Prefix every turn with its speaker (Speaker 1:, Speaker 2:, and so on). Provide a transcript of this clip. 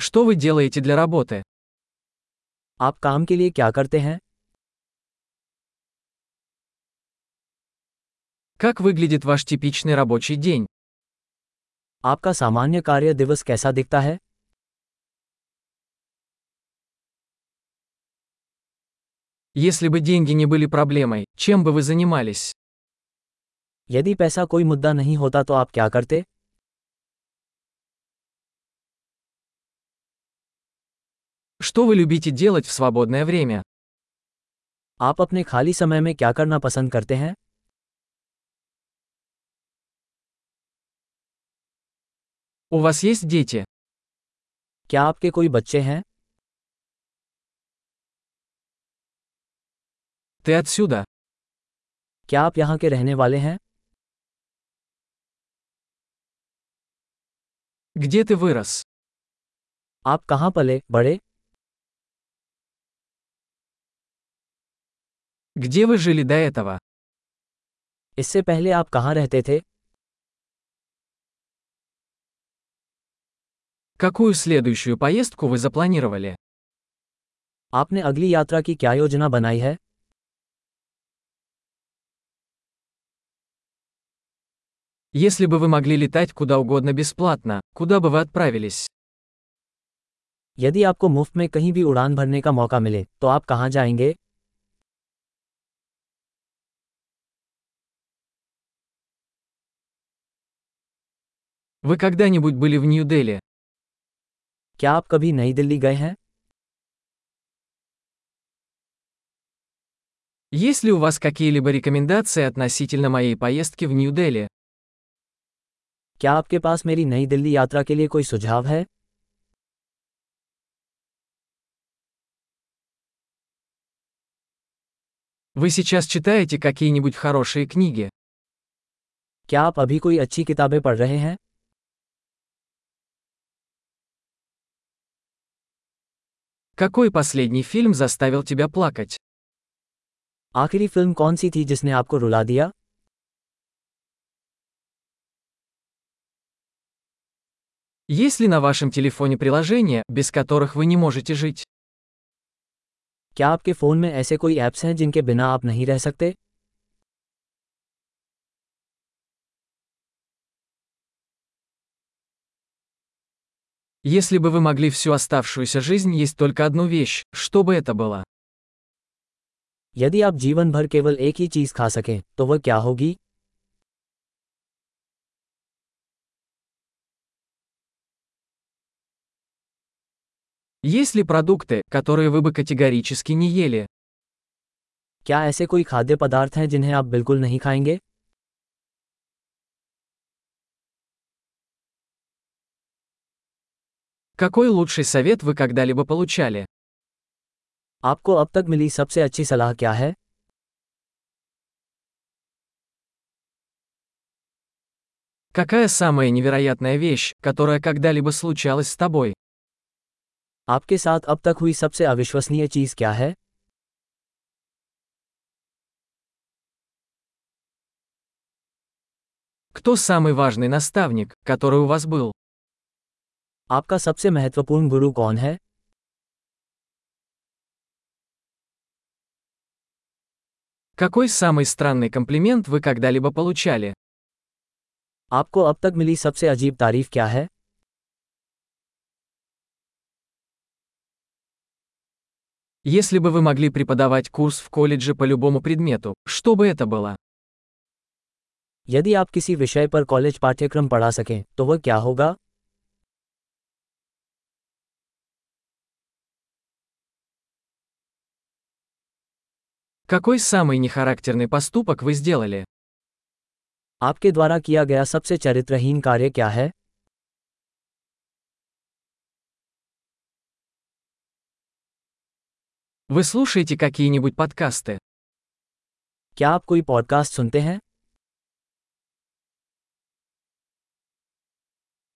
Speaker 1: Что вы делаете для работы?
Speaker 2: आप काम के लिए क्या करते हैं
Speaker 1: Как выглядит ваш типичный рабочий день?
Speaker 2: आपका सामान्य कार्य दिवस कैसा दिखता है
Speaker 1: Если бы деньги не были проблемой, чем бы вы занимались?
Speaker 2: यदि पैसा कोई मुद्दा नहीं होता तो आप क्या करते
Speaker 1: Что вы любите делать в свободное время?
Speaker 2: आप अपने खाली समय में क्या करना पसंद करते हैं
Speaker 1: У вас есть дети?
Speaker 2: क्या आपके कोई बच्चे हैं
Speaker 1: Ты отсюда?
Speaker 2: क्या आप यहाँ के रहने वाले हैं
Speaker 1: Где ты вырос?
Speaker 2: आप कहाँ पले बड़े
Speaker 1: Где вы жили до этого?
Speaker 2: इससे पहले आप कहाँ रहते थे
Speaker 1: Какую следующую поездку вы запланировали?
Speaker 2: आपने अगली यात्रा की क्या योजना बनाई है
Speaker 1: Если бы вы могли летать куда угодно бесплатно, куда бы вы отправились?
Speaker 2: यदि आपको मुफ्त में कहीं भी उड़ान भरने का मौका मिले तो आप कहाँ जाएंगे
Speaker 1: Вы когда-нибудь были в Нью-Дели?
Speaker 2: क्या आप कभी नई दिल्ली गए हैं
Speaker 1: Есть ли у вас какие-либо рекомендации относительно моей поездки в Нью-Дели?
Speaker 2: क्या आपके पास मेरी नई दिल्ली यात्रा के लिए कोई सुझाव है
Speaker 1: Вы сейчас читаете какие-нибудь хорошие книги?
Speaker 2: क्या आप अभी कोई अच्छी किताबें पढ़ रहे हैं
Speaker 1: Какой последний фильм заставил тебя плакать?
Speaker 2: आखिरी फिल्म कौन सी थी जिसने आपको रुला दिया
Speaker 1: Есть ли на вашем телефоне приложения, без которых вы не можете жить?
Speaker 2: क्या आपके फ़ोन में ऐसे कोई ऐप्स हैं जिनके बिना आप नहीं रह सकते
Speaker 1: Если бы вы могли всю оставшуюся жизнь есть только одну вещь, что бы это было?
Speaker 2: यदि आप जीवन भर केवल एक ही चीज़ खा सकें तो वह क्या होगी
Speaker 1: Есть ли продукты, которые вы бы категорически не ели?
Speaker 2: क्या ऐसे कोई खाद्य पदार्थ हैं जिन्हें आप बिल्कुल नहीं खाएंगे
Speaker 1: Какой лучший совет вы когда-либо получали?
Speaker 2: आपको अब तक मिली सबसे अच्छी सलाह क्या है
Speaker 1: Какая самая невероятная вещь, которая когда-либо случалась с тобой?
Speaker 2: आपके साथ अब तक हुई सबसे अविश्वसनीय चीज़ क्या है
Speaker 1: Кто самый важный наставник, который у вас был?
Speaker 2: आपका सबसे महत्वपूर्ण गुरु कौन है
Speaker 1: Какой самый странный комплимент вы когда-либо получали?
Speaker 2: आपको अब तक मिली सबसे अजीब तारीफ क्या है
Speaker 1: Если бы вы могли преподавать курс в колледже по любому предмету, что бы это было?
Speaker 2: यदि आप किसी विषय पर कॉलेज पाठ्यक्रम पढ़ा सकें तो वह क्या होगा
Speaker 1: Какой самый нехарактерный поступок вы сделали?
Speaker 2: आपके द्वारा किया गया सबसे चरित्रहीन कार्य क्या है
Speaker 1: Вы слушаете какие-нибудь подкасты?
Speaker 2: क्या आप कोई पॉडकास्ट सुनते हैं